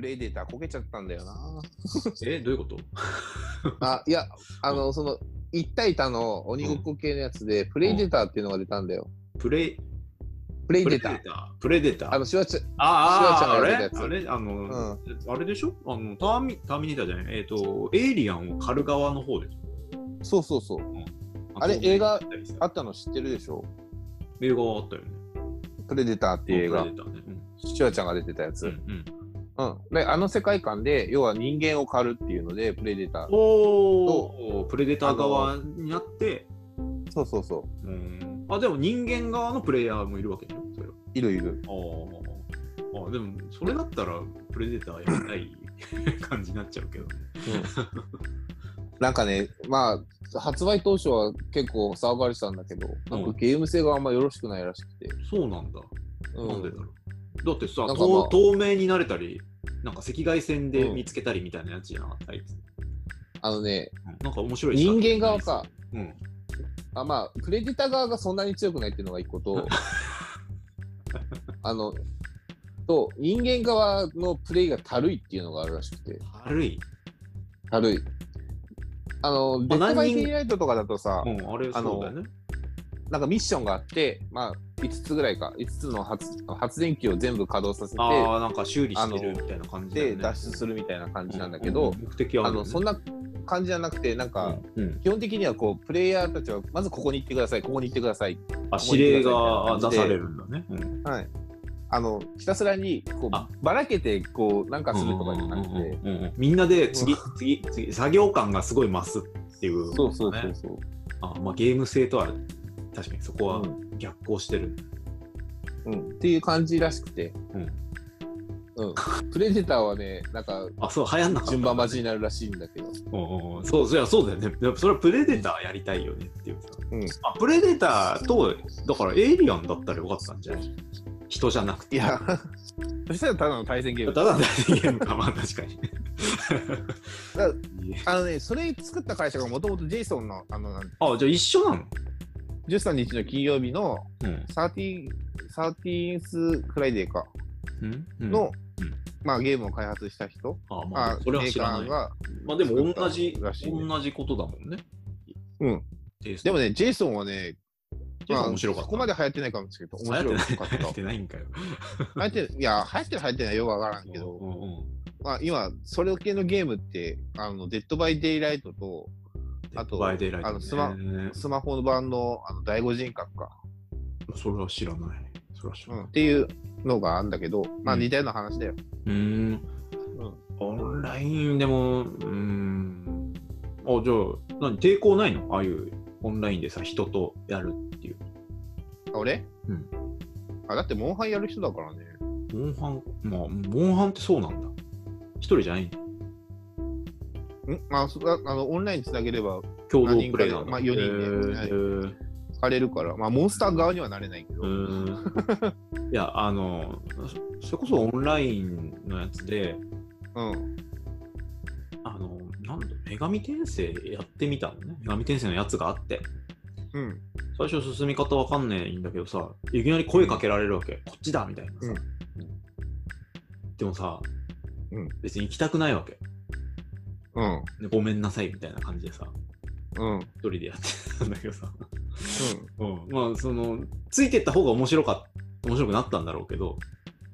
レデーターこけちゃったんだよな。え、どういうことあ、いや、あの、その、一対他の鬼ごっこ系のやつで、プレイデーターっていうのが出たんだよ。プレイ、プレイプレデイーデターー。ター。プレイデーター。あの、しわち、ああ、あシュワちゃんがやるれやつあれあの、うんあれでしょあのターミ、ターミネーターじゃないえっ、と、エイリアンを狩る側の方でしょそうそうそう。あれあったの知ってるでしょ映画あったよね。プレデターっていう映プ画レ。デターね。うんシュワちゃんが出てたやつ。ううんん。うん。で、あの世界観で、要は人間を狩るっていうので、プレデター。おお、プレデター側になって、そうそうそう。うん。あ、でも人間側のプレイヤーもいるわけでしょそれは。いるいる。あーあ、でもそれだったらプレデターやりたい 感じになっちゃうけどね。なんかね、まあ、発売当初は結構騒がれてたんだけど、なんうかんゲーム性があんまよろしくないらしくて。そうなんだ。うんなんでだろう。だってさ、なんかまあ透透明になれたり、なんか赤外線で見つけたりみたいなやつじゃなかった、あいつあのね、なんか面白い人間側か。。うん。あまあ、プレデター側がそんなに強くないっていうのが一個 と、あの、と、人間側のプレイがたるいっていうのがあるらしくて、軽い。たるい。あの、デッドバイデイライトとかだとさう、ん、あれあのそうだよね。なんかミッションがあって、まあ、5つぐらいか、5つの発発電機を全部稼働させあて、あ、なんか修理してるみたいな感じだよね。で、脱出するみたいな感じなんだけうどんうん、目的はああるよの、ねそんな感じじゃなくて、なんか、うん、基本的にはこう、プレイヤーたちは、まずここに行ってください、ここに行ってください。あ指令が出されるんだね。うんはい。あの、ひたすらに、こあう、ばらけて、こう、なんかするとかじゃなくて、うんうんうんみんなで次、次、次、作業感がすごい増すっていう、そうそうそうそう。あまあ、ゲーム性とは確かにそこは逆行してる。うん、うんっていう感じらしくて、うんうん。プレデターはね、なんか、あ、そう、流行んなかった。順番待ちになるらしいんだけど。うんうんそう、そりゃそうだよね。やっぱそれはプレデターやりたいよねっていうさ。うんあプレデターと、だからエイリアンだったらよかったんじゃない人じゃなくて。いや、そしたらただの対戦ゲーム。ただ大ゲームか、まあ確かに。だあのね、それ作った会社がもともとジェイソンの、あの、なんあ、じゃあ一緒なの13日の金曜日のうん13、13th フライデーか、うん。うんの、うんまあゲームを開発した人、あ、まああ、それはメ知ーらカなーい。が、まあでも同じ、作ったらしいね同じことだもんね。うん。テイストでもね、ジェイソンはね、ジェイソン面白かったそこまで流行ってないかもしれないけど、面流行って白かなった。流い流行ってないんかよ。行ってる、いや、流行ってる流行ってないよくわからんけど、うんうんうんまあ今、それ系のゲームって、あの、デッドバイデイライトと、あとデッドバイデイライトねあのスマスマホ版の、あの、第五人格か、それは知らない。それは知らう、なんいっ。ていうのがあるんだけど、まあうん似たような話だよ。うーん。オンラインでも、うーん。あ、じゃあ、何抵抗ないのああいうオンラインでさ、人とやるっていう。あ俺うんあ、だって、モンハンやる人だからね。モンハン、まあ、モンハンってそうなんだ。一人じゃないんだんあそああの、オンラインつなげれば共同プレイなんだ。何人かでまあへ四人でーへー枯れるから、まあ、モンスター側にはなれないけど。うーんいやあのそそれこそオンラインのやつでうん。あのなんだ女神転生やってみたのね女神転生のやつがあってうん。最初進み方わかんないんだけどさいきなり声かけられるわけ、こっちだみたいなさ、でもさ、うん別に行きたくないわけうん。でごめんなさいみたいな感じでさうん。うん。一人でやってたんだけどさ、うん、まあそのついてった方が面白かっ面白くなったんだろうけど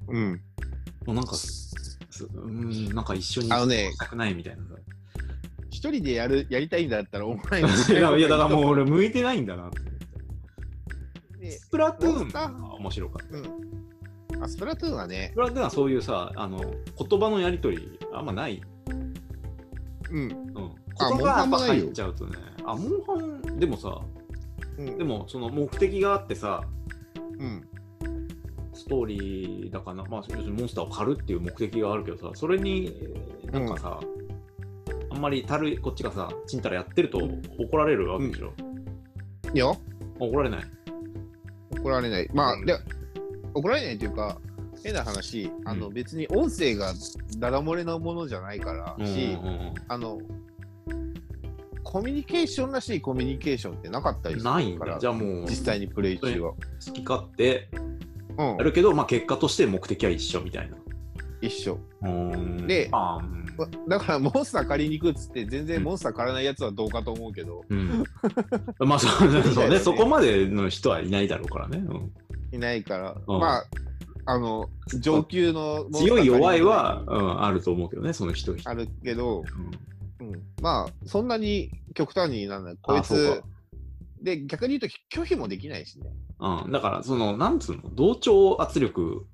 うん。もうなんかすうんなんか一緒にあのねしたくないみたいなさ 一人でやる、やりたいんだったらオンラインいやいやだからもう俺向いてないんだなって思ってでスプラトゥモーンンスターが面白かったあ、スプラトゥーンはねス、プラトゥーンはそういうさあの言葉のやり取りあんまない、うん。うん、言あ葉モンハンもがないよ入っちゃうとねあモンハンでもさうんで、もその目的があってさうん。ストーリーだからまあ要するにモンスターを狩るっていう目的があるけどさそれになんかさ、あんまりたるいこっちがさちんたらやってると怒られるわけでしょ、いや、あ怒られない怒られない。まあ、うんで、怒られないというか、変な話、あの、うん別に音声がダダ漏れのものじゃないからうんうんし、うんあの、コミュニケーションらしいコミュニケーションってなかったりするからないんだじゃあもう実際にプレイ中は。好き勝手うんやるけど、まあ、結果として目的は一緒みたいな。一緒。うんでまあうんだからモンスター借りに行くっつって全うん然モンスター借らないやつはどうかと思うけど、うん、 まあそうみたそ ういなねねそこまでの人はいないだろうからね、うんいないから、うんまああの上級のモンスター強借りにい行く弱いは、うん、あると思うけどねその人一人あるけど、うんうん、まあそんなに極端にならないこいあそつうで逆に言うと拒否もできないしねか、うん、だからそのなんつうの同調圧力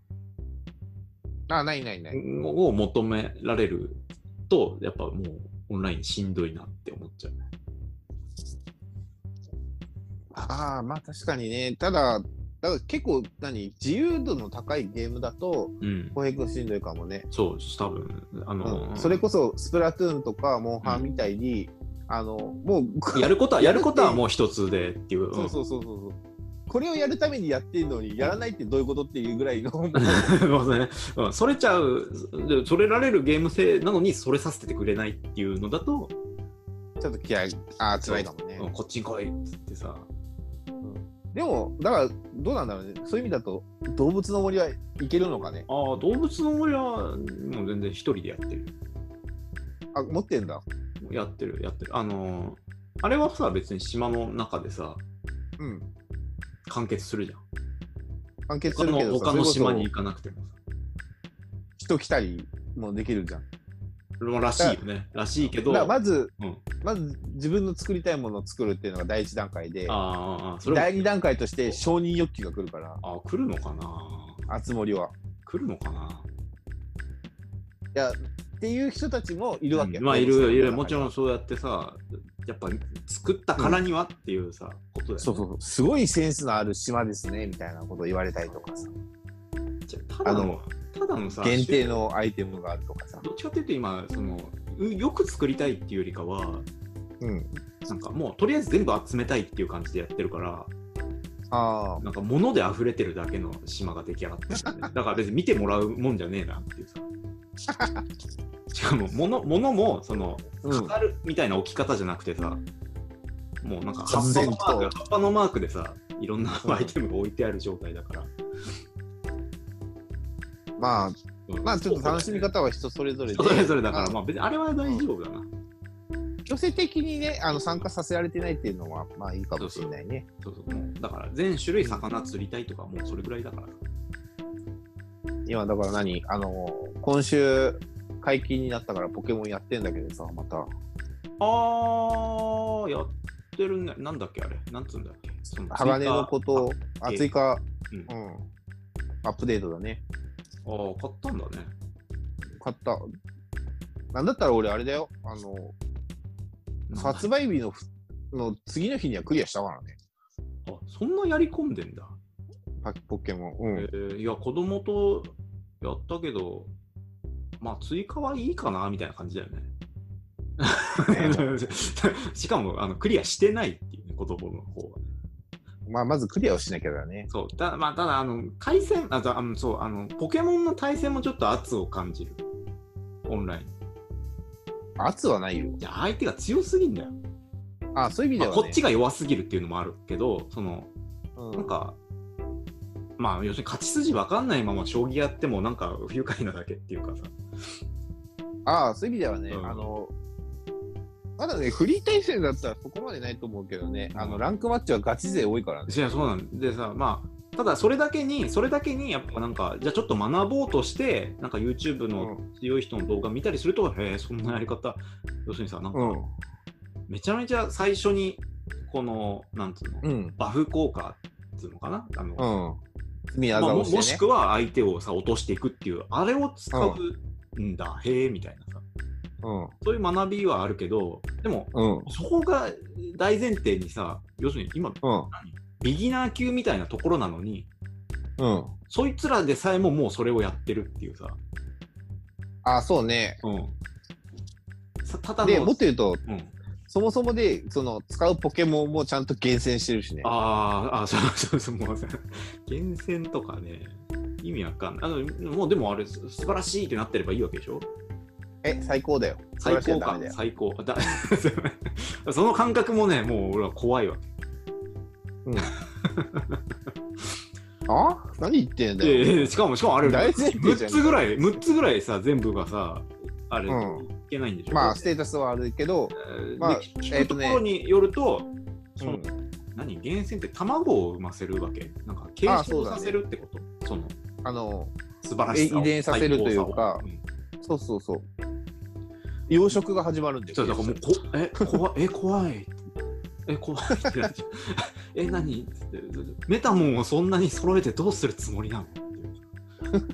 あないないない、を求められるとやっぱもうオンラインしんどいなって思っちゃうねああまあ確かにねただだから結構何自由度の高いゲームだとうん浩平君しんどいかもね、そう多分あの、うん、それこそスプラトゥーンとかモンハンみたいに、あのもうやることはややるることはもう一つでっていう、 そうそうそうそうそう。これをやるためにやってるのに、やらないってどういうことっていうぐらいの。うんまあねうんそれちゃうでそれられるゲーム性なのにそれさせてくれないっていうのだとちょっと気合い、ああ、辛いかもねう。んこっちに来いっつってさでも、だから、どうなんだろうね。そういう意味だと、動物の森はいけるのかね。ああ動物の森はもう全然一人でやってるあ、持ってんだ。やってるやってるあのーあれはさ別に島の中でさうん。完結するじゃん完結す他るけのどさ、他のそれこ島そに行かなくてもさ人来たりもできるじゃん。まあらしいよねらしいけだどからあまず、うんまず自分の作りたいものを作るっていうのが第一段階で、あああそれ第も二段階として承認欲求が来るから、ああ来るのかなあつ森は。来るのかないや、っていう人たちもいるわけ。うんまあいるいるもちん。ろんそうやってさやっぱ作ったからにはっていうさ、ことだよねそうそうそうすごいセンスのある島ですねみたいなこと言われたりとかさじゃあただあののただのさ限定のアイテムがあるとかさ、どっちかっていうと今そのうよく作りたいっていうよりかはうん、なんかもうとりあえず全部集めたいっていう感じでやってるからあなんか物で溢れてるだけの島が出来上がって る、ね、だから別に見てもらうもんじゃねえなっていうさしかも物物もそのうん飾るみたいな置き方じゃなくてさ、もうなんか葉っ雑ぱ然のとマーク葉っぱのマークでさいろんなうんアイテムが置いてある状態だから、まあうんまあちょっと楽しみ方は人それぞれで人それぞれだからままあ別にあれは大丈夫だな、あ強制的にねあの参加させられてないっていうのはまあいいかもしれないねそうそうもうだから全種類魚釣りたいとかもうそれぐらいだから今だから何あの今週解禁になったからポケモンやってんだけどさまたあーやってるねなんだっけあれなんつうんだっけその鋼のことああ追加うんうんアップデートだねああ買ったんだね買ったなんだったら俺あれだよあのなんだ発売日のふの次の日にはクリアしたからね、あそんなやり込んでんだ、パキポケモン。うんえーいや子供とやったけどまあ追加はいいかなみたいな感じだよねしかもあのクリアしてないっていうね子供の方はまあ、まずクリアをしなきゃだね。そうた,、まあ、ただあの対戦あとあのそうあのポケモンの対戦もちょっと圧を感じるオンライン圧はないよ。いや相手が強すぎんだよ、あそういう意味まあでは、ねこっちが弱すぎるっていうのもあるけどそのうんなんか、まあ、要するに勝ち筋わかんないまま将棋やっても、なんか不愉快なだけっていうかさ。ああ、そういう意味ではね、うんあの、まだね、フリー対戦だったらそこまでないと思うけどね、あの、ランクマッチはガチ勢多いからね。いや、そうなんでさ、まあ、ただそれだけに、それだけに、やっぱなんか、じゃあちょっと学ぼうとして、なんか YouTube うのん。強い人の動画見たりすると、へえ、そんなやり方、要するにさ、なんか、うん。めちゃめちゃ最初に、この、なんつうの、うん。バフ効果っていうのかな、あの、うん。みまあ技もをして、ねもしくは相手をさ、落としていくっていう、あれを使うんだ、へえ、みたいなさ、そういう学びはあるけど、でも、うん。うん。そこが大前提にさ、要するに今、うん。ビギナー級みたいなところなのに、うん。そいつらでさえももうそれをやってるっていうさ、ああ、そうね。うん、さただで、の、もっと言うと、うん、そもそもで、その、使うポケモンもちゃんと厳選してるしね。あーあー、 そうそうそう、もうさ、厳選とかね、意味わかんない。あのもうでもあれ、す素晴らしいってなってればいいわけでしょえ、最高だよ。最素晴らしい高はダかメだ、よ最高。だ その感覚もね、もう俺は怖いわけ。うんあ何言ってんだいやいやいよ。やしかもしかもあれ大前提じ6ゃんつぐらい6つぐらいさ全部がさあれ、うんいけないんでしょまあ、ステータスはあるけど、えーまあで聞えー聞くととこねろによると、そのうん何厳選って卵を産ませるわけなんか継あそ承うださねせるってことそ,、のあの、素晴らしさをえ遺伝させるというか最高さをんそうそうそう。養殖が始まるんだそうよ。だからもうこえ怖いえ怖いえ怖い ってなっちゃうえ何つってメタモンをそんなに揃えてどうするつもりなのっていう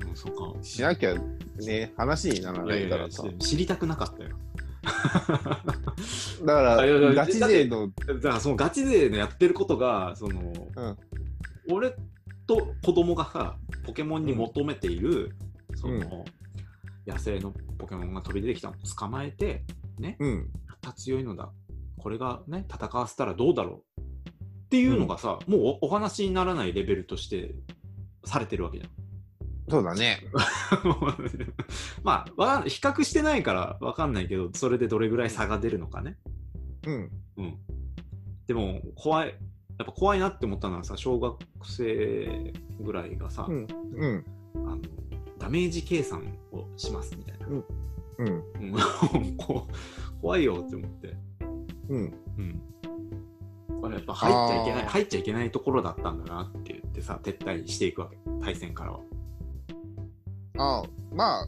でもそうかしなきゃね、話にならないからさい。やいや知りたくなかったよだかいやいやら、ガチ勢の、だからそのガチ勢のやってることがその、うん俺と子供がさポケモンに求めている、その、うん野生のポケモンが飛び出てきたのを捕まえてうん、立ち強いのだこれがね戦わせたらどうだろうっていうのがさ、もうおお話にならないレベルとしてされてるわけじゃん。 そうだね。まあわかん比較してないから分かんないけどそれでどれぐらい差が出るのかね。うん、でも怖いやっぱ怖いなって思ったのはさ小学生ぐらいがさ、うん、うん、あのダメージ計算をしますみたいな、うん、うん、 こう怖いよって思って、うん。うん、これやっぱ入っちゃいけないあー入っちゃいけないところだったんだなって言ってさ撤退していくわけ対戦からは。あまあ、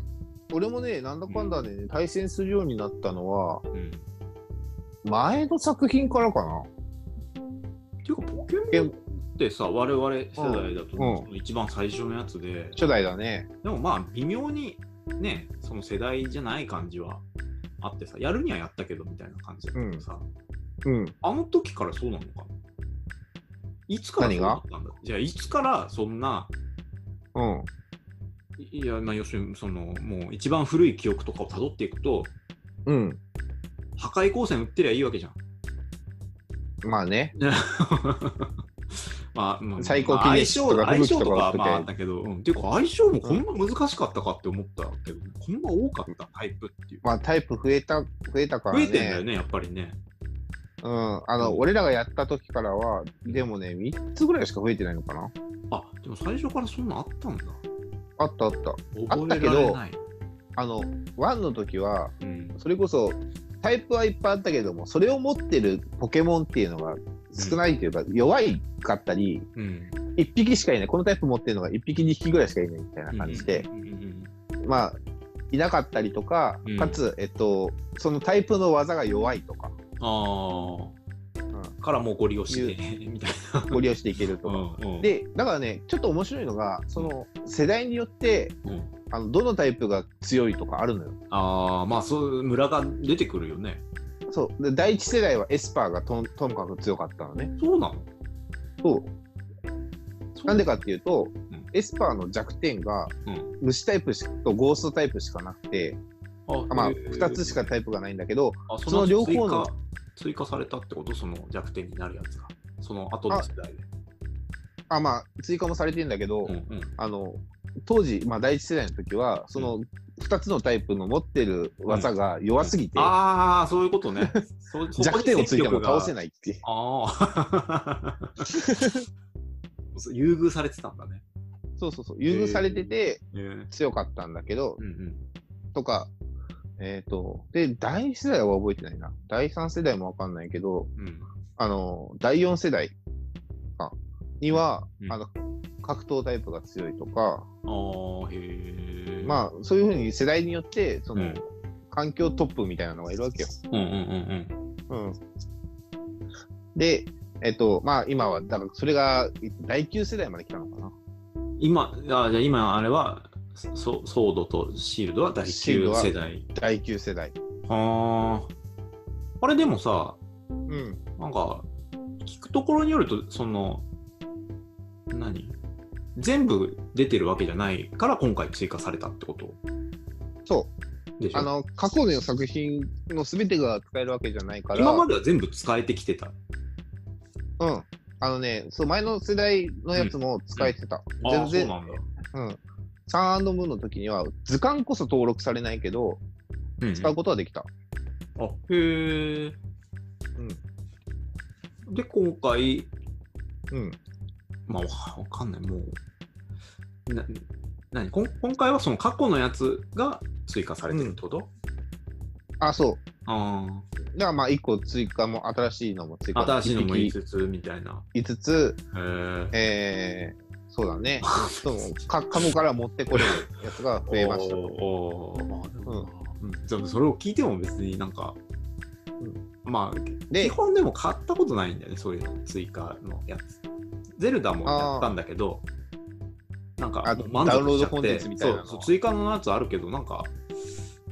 俺もね、なんだかんだでね、対戦するようになったのは、うんって前の作品からかな。いうかポケモンってさ我々世代だと、うんうんその一番最初のやつで初代だね。でもまあ微妙にねその世代じゃない感じはあってさやるにはやったけどみたいな感じだったけどさ、うん。あの時からそうなのかないつからそう何だがったんだじゃあいつからそんなうん。いいやまあ要するにそのもう一番古い記憶とかをたどっていくとうん。破壊光線売ってりゃいいわけじゃん。 まあね。まあ、まあ、最高まあ記念相性とか相吹雪性ととかかはまあだあっったけど、うん、っていうか相性もこんな難しかったかって思ったけど、こんな多かったタイプっていう。まあタイプ増えた、増えたから増ね。えてんだよね、やっぱりね。うん。あの、うん俺らがやった時からは、でもね、3つぐらいしか増えてないのかな。あでも最初からそんなあったんだ。あったあった。あっ覚たえけらどれない。あの、1の時は、うん、それこそ、タイプはいっぱいあったけども、それを持ってるポケモンっていうのが少ないというか、弱いかったり、うん、 1匹しかいない、このタイプ持ってるのが1匹、2匹ぐらいしかいないみたいな感じで、うんうんまあ、いなかったりとかうん、かつ、えっと、そのタイプの技が弱いとか、ああ、うからもうご利用してね、みたいな。ご利用していけるとか。うんうん、で、だからね、ちょっと面白いのが、その世代によって、うんあのどのタイプが強いとかあるのよ。ああ、まあそういう村が出てくるよね。そう。で、第一世代はエスパーがとんともかく強かったのね。そうなのそう。そうなんでかっていうと、んエスパーの弱点がうん虫タイプしとゴーストタイプしかなくて、あまあへー2つしかタイプがないんだけど、あそそのの両両方方のの追加追加されたってことその弱点になるやつが。その後の時代で。あまあ追加もされてんだけど、うんうんあの当時、まあ、第一世代の時はその2つのタイプの持ってる技が弱すぎて、ああ、そういうことね。そ弱点をついても倒せい。ないっていう。ああ。そう 優遇されてたんだね。そうそうそう優遇されててえー強かったんだけどう、んうんとか、えっ、と、で、第一世代は覚えてないな。第三世代もわかんないけど、うんあの、第4世代かには、うんあの、格闘タイプが強いとか、ああ、へえ。あ、まあ、そういうふうに世代によって、その、うん環境トップみたいなのがいるわけよ。うんうんうんうん。で、えっと、まあ、今は、だから、それが、第9世代まで来たのかな。うん。今、あーじゃあ今あれは、ソソードとシールドは第シールド9は世代。第9世代。はあ。あれでもさ、うん。なんか、聞くところによると、その、何全部出てるわけじゃないから今回追加されたってことそでしう。ょあの、過去の作品の全てが使えるわけじゃないから、今までは全部使えてきてた。うん。あのね、そう、前の世代のやつも使えてた。ああ、全そう然、なんだ。うん。サンムーンの時には、図鑑こそ登録されないけど、うんうん使うことはできた。あへえ。うんで、今回、うん。まあ、わわかんない、もう。な、なに、こん今回はその過去のやつが追加されてるってこと、あ、そう。あだからまあ、1個追加も、新しいのも追加あ、新しいのも言いつつ、みたいな。 5つ、へえ。えー、そうだね。そうか、カモから持ってこれるやつが増えました。おーまあでもなうんでもそれを聞いても別になんか、まあ、基で、本でも買ったことないんだよね、そういうの、追加のやつ。ゼルダもやったんだけど、なんかあもう満足ダしちゃってウンロードコンテンツみたいなのそうそう追加のやつあるけど、なんか、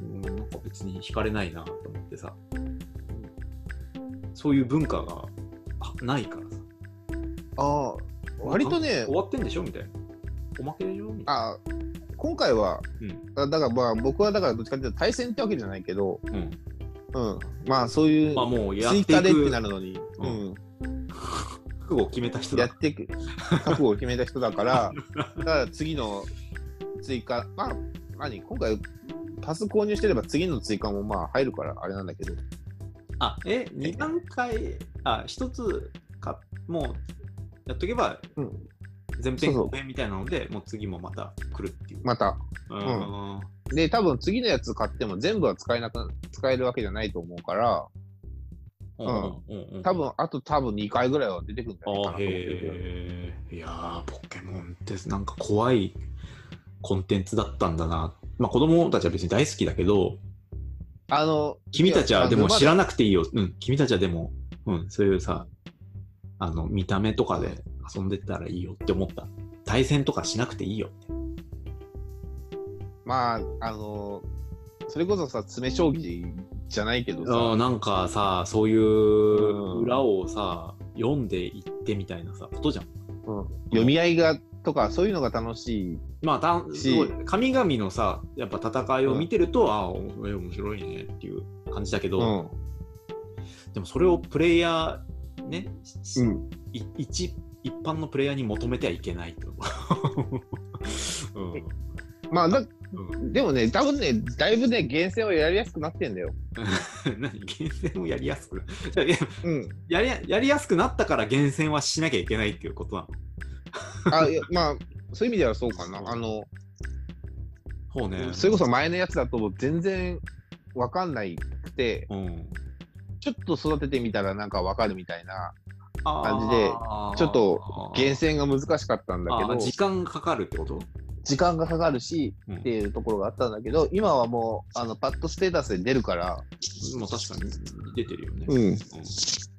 うんなんか別に惹かれないなと思ってさ、そういう文化があないからさ、ああ、割とね終、わってんでしょみたいな。おまけでしょみたいな。あ今回は、うんあだからまあ、僕はだからどっちかっていうと対戦ってわけじゃないけど、うんうん、まあそういうまあもうやって追い加でってくなるのに、ううんん、覚悟を決めた人やだ。っていく覚悟を決めた人だ から、だから次の追加、まあ、何、今回、パス購入してれば次の追加もまあ入るからあれなんだけど、あ、え、2段階、あ、1つか、もうやっとけばうん、前編そうそう後編みたいなので、もう次もまた来るっていう。また。うんで、多分次のやつ買っても全部は使えなく使えるわけじゃないと思うから、んうんうんうん多分あと多分2回ぐらいは出てくるんじゃないかあなと思っへてるえ。いやー、ポケモンってなんか怖いコンテンツだったんだな。まあ子供たちは別に大好きだけど、あの、君たちはでも知ららなくていいよ。うん、君たちはでも、うん、そういうさ、あの、見た目とかで遊んでたらいいよって思った。対戦とかしなくていいよって。まあ、あのそれこそさ、詰将棋じゃないけどあーさ、なんかさ、そういう裏をさ、読んでいってみたいなさ、ことじゃん。うん読み合いがとか、そういうのが楽しい。まあ、たんしすごい神々のさ、やっぱ戦いを見てると、ああ、おえ面白いねっていう感じだけうど、ん。でもそれをプレイヤー、ね、しうん。い一一般のプレイヤーに求めてはいけな いと。うんまあ、だうん でもね、多分ね、だいぶね、厳選をやりやすくなってんだよ。何厳選をやりやすくないやうん。やりややりやすくなったから厳選はしなきゃいけないっていうことなのあいや まあ、そういう意味ではそうかな。あの、そうねそれこそ前のやつだともう全然わかんないくて、うんちょっと育ててみたらなんかわかるみたいな、感じでちょっと厳選選が難しかったんだけど、時間かかるってこと時間がかかるしうんっていうところがあったんだけど、今はもう、あの、パッとステータスで出るから、もう確かに出てるよね、う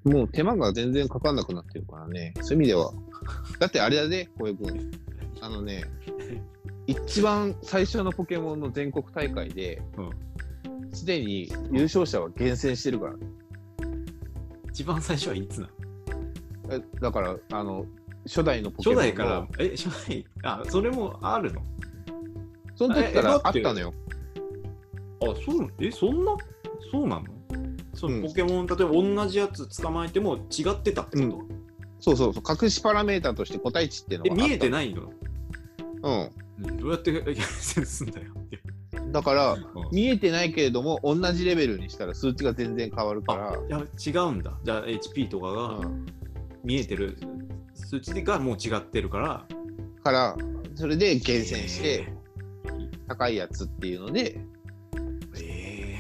んん、もう手間が全然かかんなくなってるからね、そういう意味では。だってあれだね、小江君。あのね、一番最初のポケモンの全国大会でう、すでに優勝者は厳選してるから、一番最初はいつなのえだから、あの、初代のポケモ初ンの。代からえ初代あそれもあるのその時かえらえだあっってたのよ。あそうえそんなそうなのそのうんポケモン、例えば同じやつ捕まえても違ってたってこと、そうそうそう、隠しパラメータとして個体値っていうえのがあった見えてないのの。うんどうやって 厳選すんだよってうん。だから、うん見えてないけれども、同じレベルにしたら数値が全然変わるから。いや違うんだじゃあ HP とかうがん見えてる数値がもう違ってるからから、それで厳選して、え高いやつっていうので、ーえ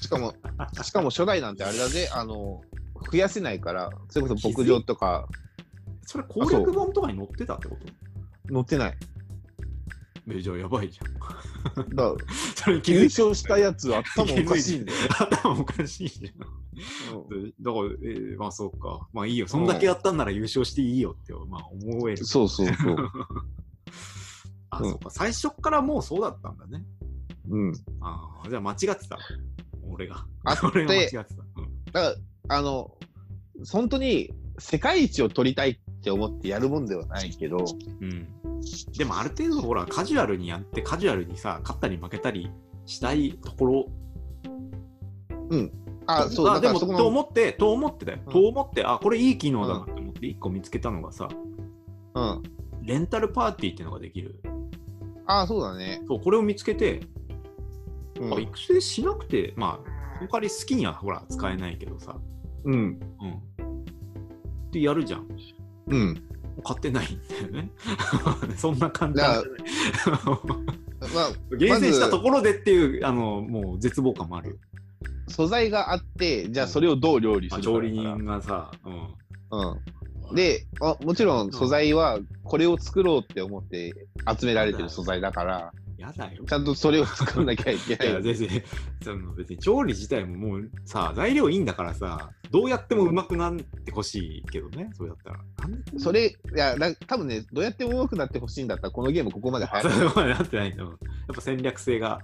しかも、しかも初代なんてあれだぜ、あの、増やせないから、それこそ牧場とかーそれ攻略本とかに載ってたってこと乗ってない。えじゃあやばいじゃんだから それ気優づい勝したやつ頭おかしいんだよ。頭おかしいじゃんだかうら、えーまあそうかまあいいよそんだけやったんなら優勝していいよって、まあ、思えるんそうそうそう。あ、うんそうか最初っからもうそうだったんだねうん。ああじゃあ間違ってた俺があっ、俺が間違っててた、うんだから、あの、本当に世界一を取りたいって思ってやるもんではないけど、うん、でもある程度ほらカジュアルにやってカジュアルにさ勝ったり負けたりしたいところあ、そう、だかでらもそこと思ってと思ってだよ、うんと思ってあこれいい機能だなって思って1個見つけたのがさの、うん。レンタルパーティーっていうのができるあ、そうだね。そうこれを見つけて、うんあ育成しなくてまあその代わり好きにはほら使えないけどさ、うん。うん、ってやるじゃんうん。買ってないんだよね。 そんな簡だ単じゃない。まあ、 厳選したところでっていう、あの、もう絶望感もある。素材があって、じゃあそれをどう料理すまあるか調理だか人がさ、うん。らうん。であ、もちろん素材はこれを作ろうって思って集められてる素材だから、やだよち。ゃんとそれを作んなきゃいけいなや、い。全然、その別に調理自体ももうさ、材料いいんだからさ、どうやってもうまくなってほしいけどね、そうやったら。なんでそれ、いや、だ多分ね、どうやっても上手くなってほしいんだったら、このゲームここまで流行それる。までなってないと思う。やっぱ戦略性が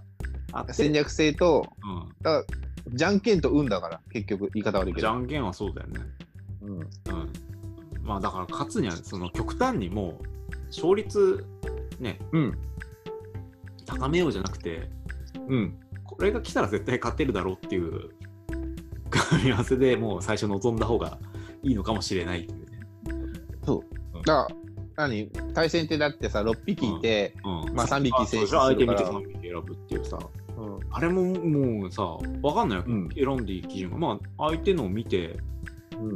あって。戦略性と、うだからじゃんけんと運だから、結局、言い方悪いん。けじゃど。んけんはそうだよね。うんうん。まあだから勝つには、その極端にもう、勝率、ね、うん。高めようじゃなくて、うん。これが来たら絶対勝てるだろうっていう組み合わせでもう最初望んだ方がいいのかもしれないっていうね。だから、何対戦ってだってさ、6匹いて、うん。まあ3匹選出するから相手見て3匹選ぶっていうさ、あれももうさ、わかんないよ、うん選んでいい基準が。まあ相手のを見て、うん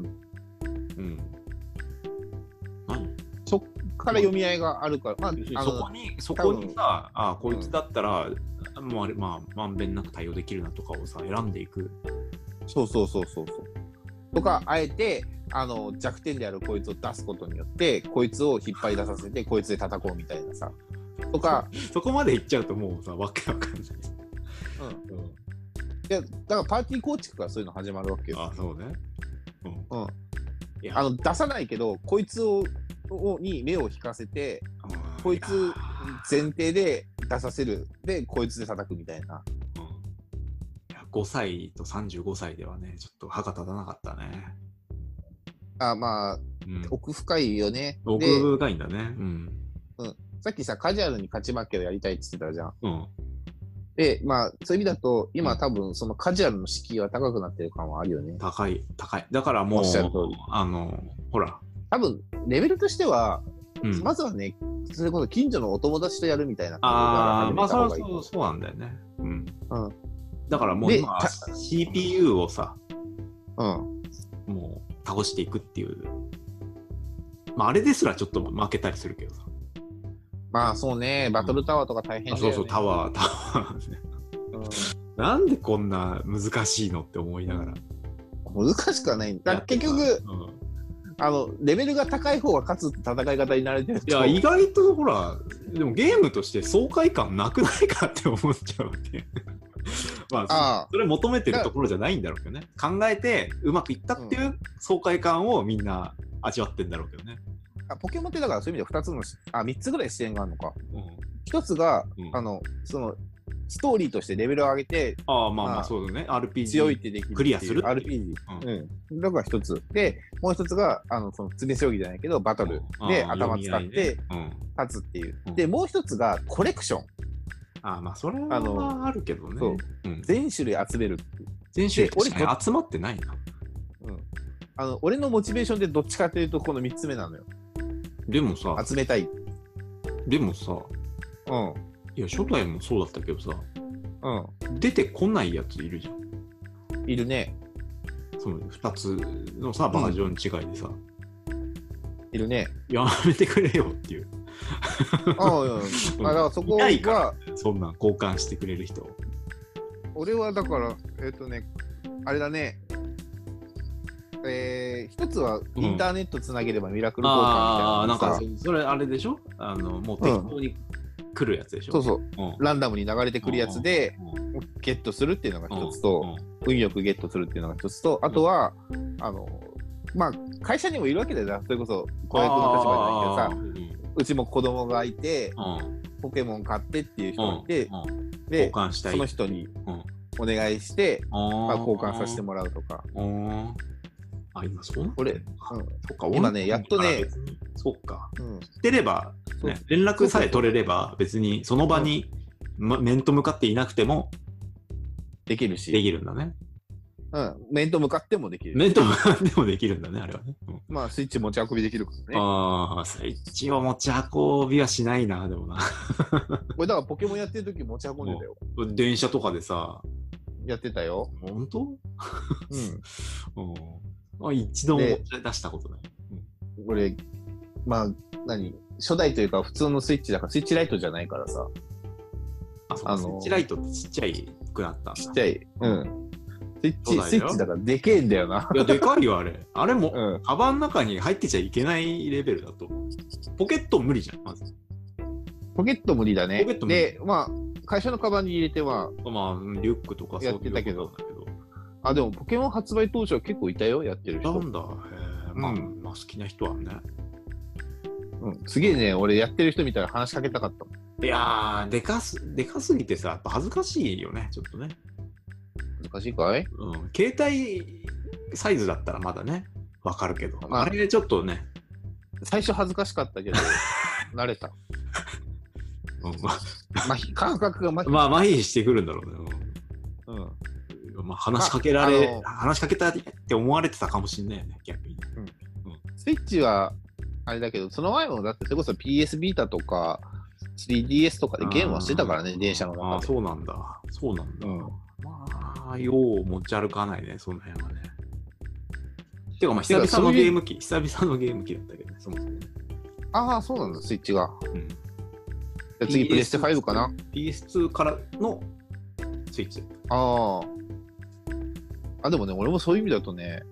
うん。何そっから読み合いがあるから、まあ、あそのこに、そこにさ、あこいつだったら、まああれ、まあ、まんべんなく対応できるなとかをさ、選んでいく。そうそうそうそうそう。とか、あえて、あの弱点であるこいつを出すことによって、こいつを引っ張り出させて、こいつで叩こうみたいなさ。とか、 そこまでいっちゃうともうさ、わけわかんない。うん、うん、いやだからパーティー構築からそういうの始まるわけよ。あ、そうね。うん。うん、いやあの出さないけど、こいつををに目を引かせて、うんこいつ前提で出させる、で、こいつで叩くみたいな。うんいや5歳と35歳ではね、ちょっと歯が立たなかったね。あまあ、うん、奥深いよね。奥で、深いんだね。うん。さっきさ、カジュアルに勝ち負けをやりたいって言ってたじゃん。うん。で、まあ、そういう意味だと、今うん多分、そのカジュアルの敷居は高くなってる感はあるよね。高い、高い。だからもう、おっしゃる通りあの、ほら、多分、レベルとしては、うん。まずはね、それこそ近所のお友達とやるみたいなあ感あ、じまあ、でそ始れめはた方がいいそうそうなんだよね。うん。うんだからもうで今た、 CPU をさ、うん。もう倒していくっていう。まあ、あれですらちょっと負けたりするけどさ。まあ、そうね、バトルタワーとか大変だよね。あそうそう、タワー、 タワー、ね。うんなんでこんな難しいのって思いながら。難しくはないんだ。だから結局、、うんあの、レベルが高い方が勝つって戦い方に慣れてるいとや、意外とほら、でもゲームとして爽快感なくないかって思っちゃうわけ。 まあ、ああ、それ求めてるところじゃないんだろうけどね。考えてうまくいったっていう爽快感をみんな味わってんだろうけどね。あポケモンってだからそういう意味では2つのし、あ、3つぐらい視点があるのか。うん1つが、うんあの、その、ストーリーとしてレベルを上げてああ、まあままあ、あそうだね。RPG。強いってできるっていう。クリアするって ?RPG。うん。だから1つ。で、もう1つが、あの、その、詰め将棋じゃないけど、バトルうんでああ頭使っ読み合いてねうん勝つっていううん。で、もう1つが、コレクション。ああ、まあ、それあのはあるけどね。そううん全種類集めるっていう。全種類で俺確かに集まってないな。うん。あの、俺のモチベーションってどっちかというと、この3つ目なのよ。でもさ、集めたい。でもさ、うん。いや、初代もそうだったけどさ、うん。出てこないやついるじゃん。いるね。その2つのさバージョン違いでさ、いるね。 やめてくれよっていうああ、うん。まあ、だからそこいないかが、そんなん交換してくれる人俺はだから、えっ、とね、あれだね、えー、一つはインターネットつなげればミラクル効あ果あみなんたいなのかさ、それあれでしょあのもう適当に来るやつでしょ、そうそう、うんランダムに流れてくるやつで、うんゲットするっていうのが一つうと、ん運よくゲットするっていうのが一つと、あとは、あの、まあ、会社にもいるわけだよな、それこそ、子役の立場じゃないけどさ、うちも子供がいて、あーうんポケモン買ってっていう人うんがいて、うんうんで交、換したいその人にうんお願いして、あーまあ、交換させてもらうとか。あーあ今そうなって俺んのかうんそっか今ね俺やっとね別にそっかうん知ってれば、ねそ連絡さえ取れれば別にその場に、ま、面と向かっていなくてもできるでし、きるんだねうん、面と向かってもできる。面と向かってもできるんだねあれはね、うんまあ、スイッチ持ち運びできるからね。ああスイッチを持ち運びはしないなで もなこれだからポケモンやってる時持ち運んでたよ。電車とかでさやってたよ。本当うん。うんあ一度もで持ち出したことない俺、まあ、何初代というか普通のスイッチだから、スイッチライトじゃないからさ、あ、そうか、あのスイッチライトってちっちゃいくな ったんだ。ちっちゃい、うん。スイッそうチ、だよスイッチだからでけえんだよな。いや、でかいよ、あれ。あれも、うん。カバンの中に入ってちゃいけないレベルだと思う。ポケット無理じゃん、まず。ポケット無理だね。ポケット無理で、まあ、会社のカバンに入れては、まあ、リュックとかそういうやってたけどことなんだあ、でもポケモン発売当初は結構いたよ、やってるけど。な人。んだ、へえ、まあ、うんまあ、好きな人はね。うん、すげえね、俺やってる人見たら話しかけたかったもん。いやー、でかす、でかすぎてさ、やっぱ恥ずかしいよね、ちょっとね。難しいかいうん、携帯サイズだったらまだね、わかるけど、まああれちょっとね、最初恥ずかしかった けど、慣れた。うんま麻痺、感覚が麻あ、痺。まあ、麻痺してくるんだろうね。うん。うんまあ、話しかけられ、まああの話しかけたって思われてたかもしれないよね、逆に。スイッチは、あれだけど、その前もだって、それこそ PS ビータとか、3DS とかでゲームはしてたからね、うん電車のあ中あ、で。そうなんだ。そうなんだ。うんまあ、よう持ち歩かないね、その辺はね。てか、まあ、久てかそ々うのいうゲーム機、久々のゲーム機だったけどね、そもそもね。ああ、そうなんだ、スイッチが。うんで次、プレステ5かな。 PS2 からのスイッチ。ああ。あ、でもね、俺もそういう意味だとね、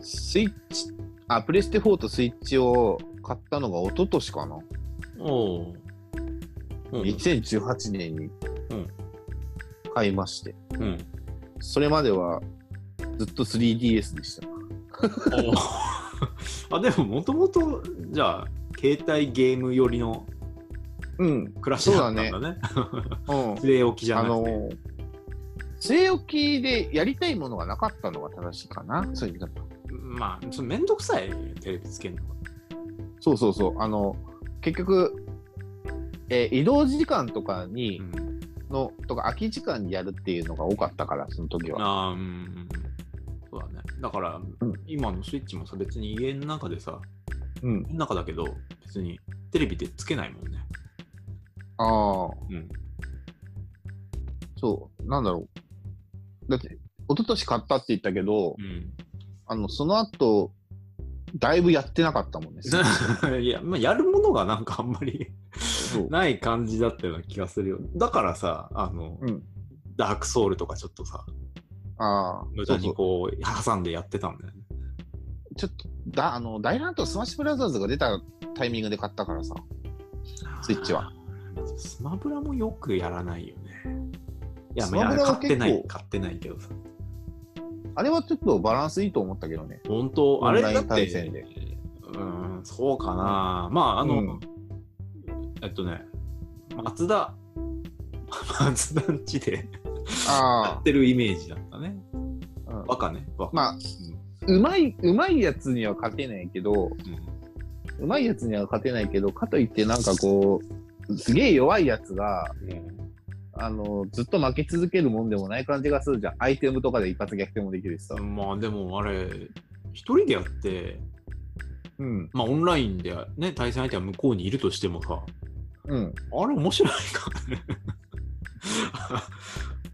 スイッチ、あ、プレステ4とスイッチを買ったのが一昨年かな。おお。うん。 2018年にうん買いまして、うん。それまではずっと 3DS でした。おあ、でも、もともと、じゃあ、携帯ゲーム寄りのうん。暮らしだったんだね。うん。据え置きじゃあなくのー、て。据え置きでやりたいものがなかったのが正しいかな、そういう意味だと。まあ、そのめんどくさい、テレビつけるのが。そうそうそう。あの、結局、えー移動時間とかにうん、の、とか空き時間にやるっていうのが多かったから、その時は。あーうん。そうだね。だから、うん今のスイッチもさ、別に家の中でさ、うん。家の中だけど、別にテレビでつけないもんね。ああ、うん。そう。なんだろう。だって、一昨年買ったって言ったけど、うん あの、その後、だいぶやってなかったもん ね。いや、まあ、やるものがなんかあんまり そうない感じだったような気がするよ。だからさ、あの、うん。ダークソウルとかちょっとさ、ああ、無そ駄うそにう。こう、挟んでやってたんだよね。ちょっと、だ、あの、大乱闘スマッシュブラザーズが出たタイミングで買ったからさ。スイッチはあー。スマブラもよくやらないよね。いや、スマブラまあは買ってな結い、構買ってないけどさ。あれはちょっとバランスいいと思ったけどね。本当、オあンれラインだって、対戦でうん、そうかな。まあ、あの、うんえっとね、松田、 松田んちでやあってるイメージだったね。あ、うんバカね、バカ。まあ、うまい、うまいやつには勝てないけど、うんうまいやつには勝てないけど、かといってなんかこう、すげえ弱いやつが、あの、ずっと負け続けるもんでもない感じがするじゃん。アイテムとかで一発逆転もできるしさ。まあ、でもあれ、一人でやって、うん。まあ、オンラインで、ね、対戦相手は向こうにいるとしてもさ、うん。あれ面白いかね。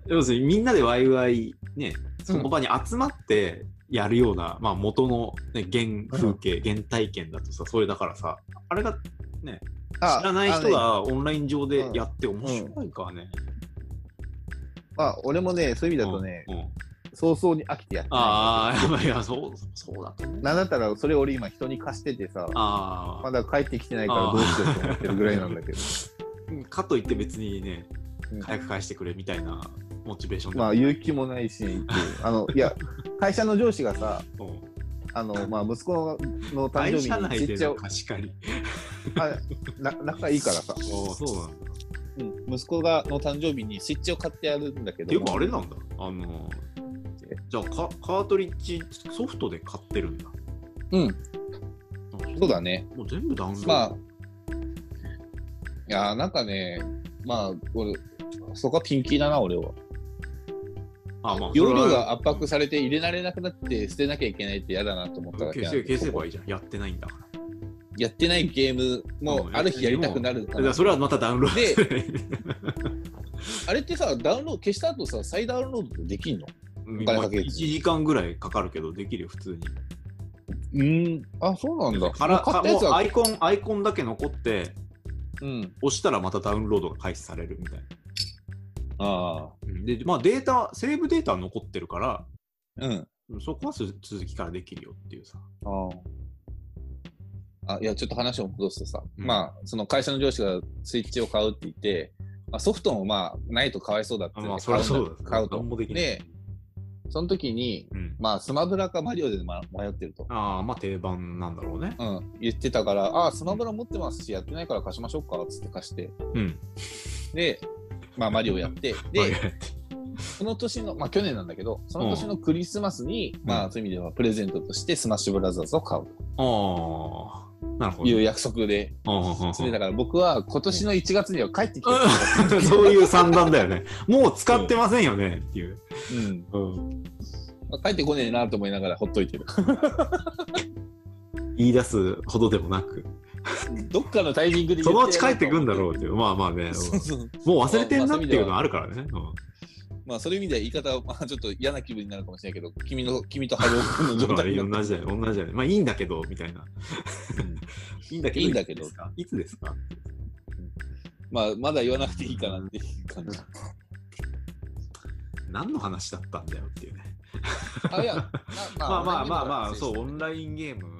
要するにみんなでワイワイね、その場に集まってやるような、まあ元の、ね、現風景、現体験だとさ、それだからさ、あれが知あらない人。がオンライン上でうんやって面白いあのかね。ねあ、俺もね、そういう意味だとね、うんうん早々に飽きてやってないああ、やばいや、そう、そうだと思う。なんだったら、それ俺今人に貸しててさ、あまだ帰ってきてないからどうしようと思ってるぐらいなんだ けど。あ、かといって別にねうん、早く返してくれみたいなモチベーションでまあ、勇気もないし、あの、いや、会社の上司がさ、うんあの、まあ、息子の誕生会日社内にちっでちゃのい、貸し借り。あな仲いいからさ、 ああ、そうなんだ。うん息子がの誕生日にスイッチを買ってやるんだけっていうどか、あれなんだあのえじゃあカカートリッジソフトで買ってるんだうん、そうだね。もう全部ダウンロード、まあ、いやー、なんかね、まあ、俺、そこはピンキーだな、俺は。あまあ容量が圧迫されて入れられなくなって捨てなきゃいけないって嫌だなと思っただけ消なんせで消せばいいじゃんやってないんだからやってないゲームもある日やりたくなるかだかららそれはまたダウンロード であれってさダウンロード消した後さ再ダウンロードできんのお金かける1時間ぐらいかかるけどできるよ普通にうん。あ、そうなんだ。から買かったやもつうはア、イコンアイコンだけ残ってうん。押したらまたダウンロードが開始されるみたいなああ。うんでまあデータセーブデータは残ってるからうん。そこはす続きからできるよっていうさああ。あ、いや、ちょっと話を戻すとさ、うんまあ、その会社の上司がスイッチを買うって言って、まあ、ソフトもまあ、ないとかわいそうだって、あまあそりゃそうだよ買うと何もできないで、その時に、うんまあ、スマブラかマリオでま迷ってると。ああまあ定番なんだろうねうん、言ってたから、ああ、スマブラ持ってますし、やってないから貸しましょうか、つって貸して。うんで、まあ、マリオやって、はいで、その年の、まあ、去年なんだけど、その年のクリスマスに、んまあ、そういう意味ではプレゼントとして、スマッシュブラザーズを買うああなるほとどいう約束で、ああそれだから僕は今年の1月には帰ってきてるうん そういう算段だよね。もう使ってませんよねっていう。うんうんまあ帰ってこねえなと思いながらほっといてる。言い出すほどでもなく、どっかのタイミングでそのうち帰ってくんだろううっていう、まあまあね、そうそう。うんもう忘れてんなっていうのあるからね。うんまあ、そういう意味では言い方は、 まあ、ちょっと嫌な気分になるかもしれないけど、君の、君とハロー君のだ状から態になって同じだよ、同じだよ。まあいいんだけど、みたいな。いいんだけど、いいんだけどつですかいつですかまあ、まだ言わなくていいかなっていう感 じ。何の話だったんだよっていうね。あ、いや、まあまあまあまあ、そそうう、オンラインゲーム